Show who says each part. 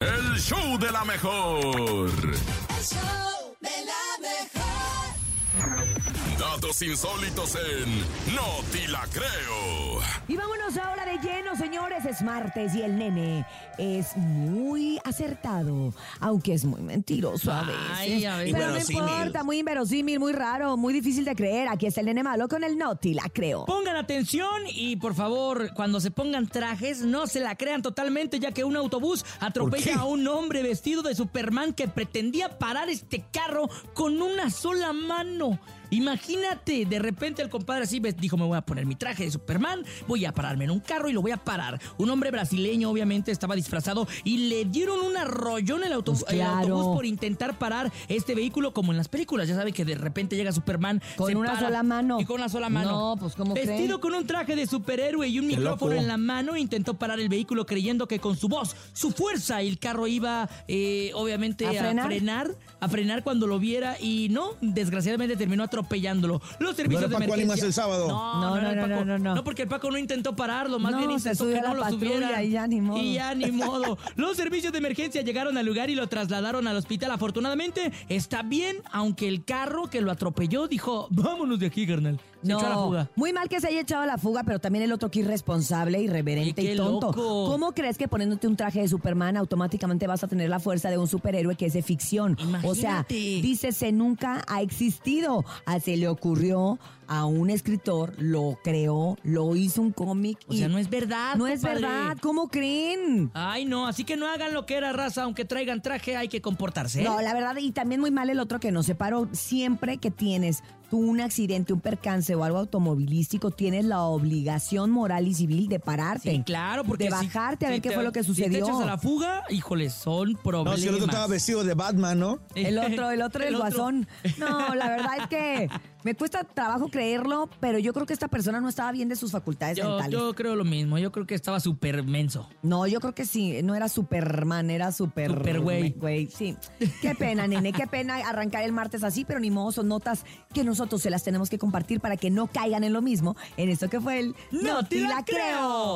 Speaker 1: el show de la mejor.
Speaker 2: El show de la mejor.
Speaker 1: Datos insólitos en No Te La Creo.
Speaker 3: Y vámonos ahora de lleno, señores. Es martes y el nene es muy acertado, aunque es muy mentiroso a veces.
Speaker 4: Ay, a veces.
Speaker 3: Pero no
Speaker 5: Inverosímil.
Speaker 3: importa, muy inverosímil, muy raro, muy difícil de creer. Aquí está el nene malo con el noti, la creo.
Speaker 4: Pongan atención y por favor, cuando se pongan trajes, no se la crean totalmente, ya que un autobús
Speaker 5: ¿Por qué?
Speaker 4: atropella a un hombre vestido de Superman que pretendía parar este carro con una sola mano. Imagínate, de repente el compadre así ves- dijo, me voy a poner mi traje de Superman, voy a pararme en un carro y lo voy a parar. Un hombre brasileño obviamente estaba disfrazado y le dieron un arrollón el, auto-
Speaker 3: Pues
Speaker 4: el
Speaker 3: claro.
Speaker 4: autobús por intentar parar este vehículo como en las películas. Ya sabe que de repente llega Superman
Speaker 3: Con
Speaker 4: se
Speaker 3: una
Speaker 4: para
Speaker 3: sola mano.
Speaker 4: Y con una sola mano.
Speaker 3: No, pues, ¿cómo
Speaker 4: Vestido
Speaker 3: creen?
Speaker 4: con un traje de superhéroe y un
Speaker 5: Qué
Speaker 4: micrófono
Speaker 5: loco.
Speaker 4: en la mano, intentó parar el vehículo creyendo que con su voz, su fuerza, el carro iba eh, obviamente
Speaker 3: ¿A
Speaker 4: a
Speaker 3: frenar?
Speaker 4: frenar? a frenar cuando lo viera y no, desgraciadamente terminó atropellándolo. Los servicios
Speaker 5: ¿No era
Speaker 4: de
Speaker 5: Paco
Speaker 4: emergencia.
Speaker 5: Ánimas el sábado?
Speaker 4: No, no, no, no,
Speaker 3: no, no.
Speaker 4: no. porque el Paco no intentó pararlo, más
Speaker 3: No,
Speaker 4: bien
Speaker 3: se
Speaker 4: intentó
Speaker 3: subió
Speaker 4: que
Speaker 3: a la
Speaker 4: no lo
Speaker 3: patrulla
Speaker 4: subieran.
Speaker 3: y ya ni modo.
Speaker 4: Y ya ni modo. Los servicios de emergencia llegaron al lugar y lo trasladaron al hospital. Afortunadamente está bien, aunque el carro que lo atropelló dijo, vámonos de aquí, carnal. Se echó a la fuga.
Speaker 3: muy mal que se haya echado a la fuga, pero también el otro que irresponsable, irreverente
Speaker 4: Oye, qué
Speaker 3: y tonto.
Speaker 4: loco.
Speaker 3: ¿Cómo crees que poniéndote un traje de Superman automáticamente vas a tener la fuerza de un superhéroe que es de ficción? O sea,
Speaker 4: Imagínate.
Speaker 3: dícese nunca ha existido. Ah, se le ocurrió a un escritor, lo creó, lo hizo un cómic.
Speaker 4: O
Speaker 3: y
Speaker 4: sea, no es verdad.
Speaker 3: no es
Speaker 4: compadre.
Speaker 3: verdad. ¿Cómo creen?
Speaker 4: Ay, no, así que no hagan lo que era raza, aunque traigan traje, hay que comportarse. ¿eh?
Speaker 3: No, la verdad, y también muy mal el otro que nos separó. Siempre que tienes tú un accidente, un percance o algo automovilístico, tienes la obligación moral y civil de pararte.
Speaker 4: Sí, claro, porque.
Speaker 3: De
Speaker 4: si-
Speaker 3: bajarte a
Speaker 4: si
Speaker 3: ver qué
Speaker 4: te-
Speaker 3: fue lo que
Speaker 4: Si te
Speaker 3: sucedió.
Speaker 4: echas a la fuga, híjole, son
Speaker 5: No,
Speaker 4: problemas.
Speaker 5: si el otro estaba vestido de Batman, ¿no?
Speaker 3: El otro, el otro, el,
Speaker 4: otro.
Speaker 3: guasón. No, la verdad es que me cuesta trabajo creerlo, pero yo creo que esta persona no estaba bien de sus facultades
Speaker 4: Yo,
Speaker 3: mentales.
Speaker 4: yo creo lo mismo, yo creo que estaba súper menso.
Speaker 3: No, yo creo que sí, no era Superman, era super...
Speaker 4: Supergüey.
Speaker 3: Güey, sí. Qué pena, nene, qué pena arrancar el martes así, pero ni modo, son notas que nosotros se las tenemos que compartir para que no caigan en lo mismo, en esto que fue el...
Speaker 4: ¡No te la creo!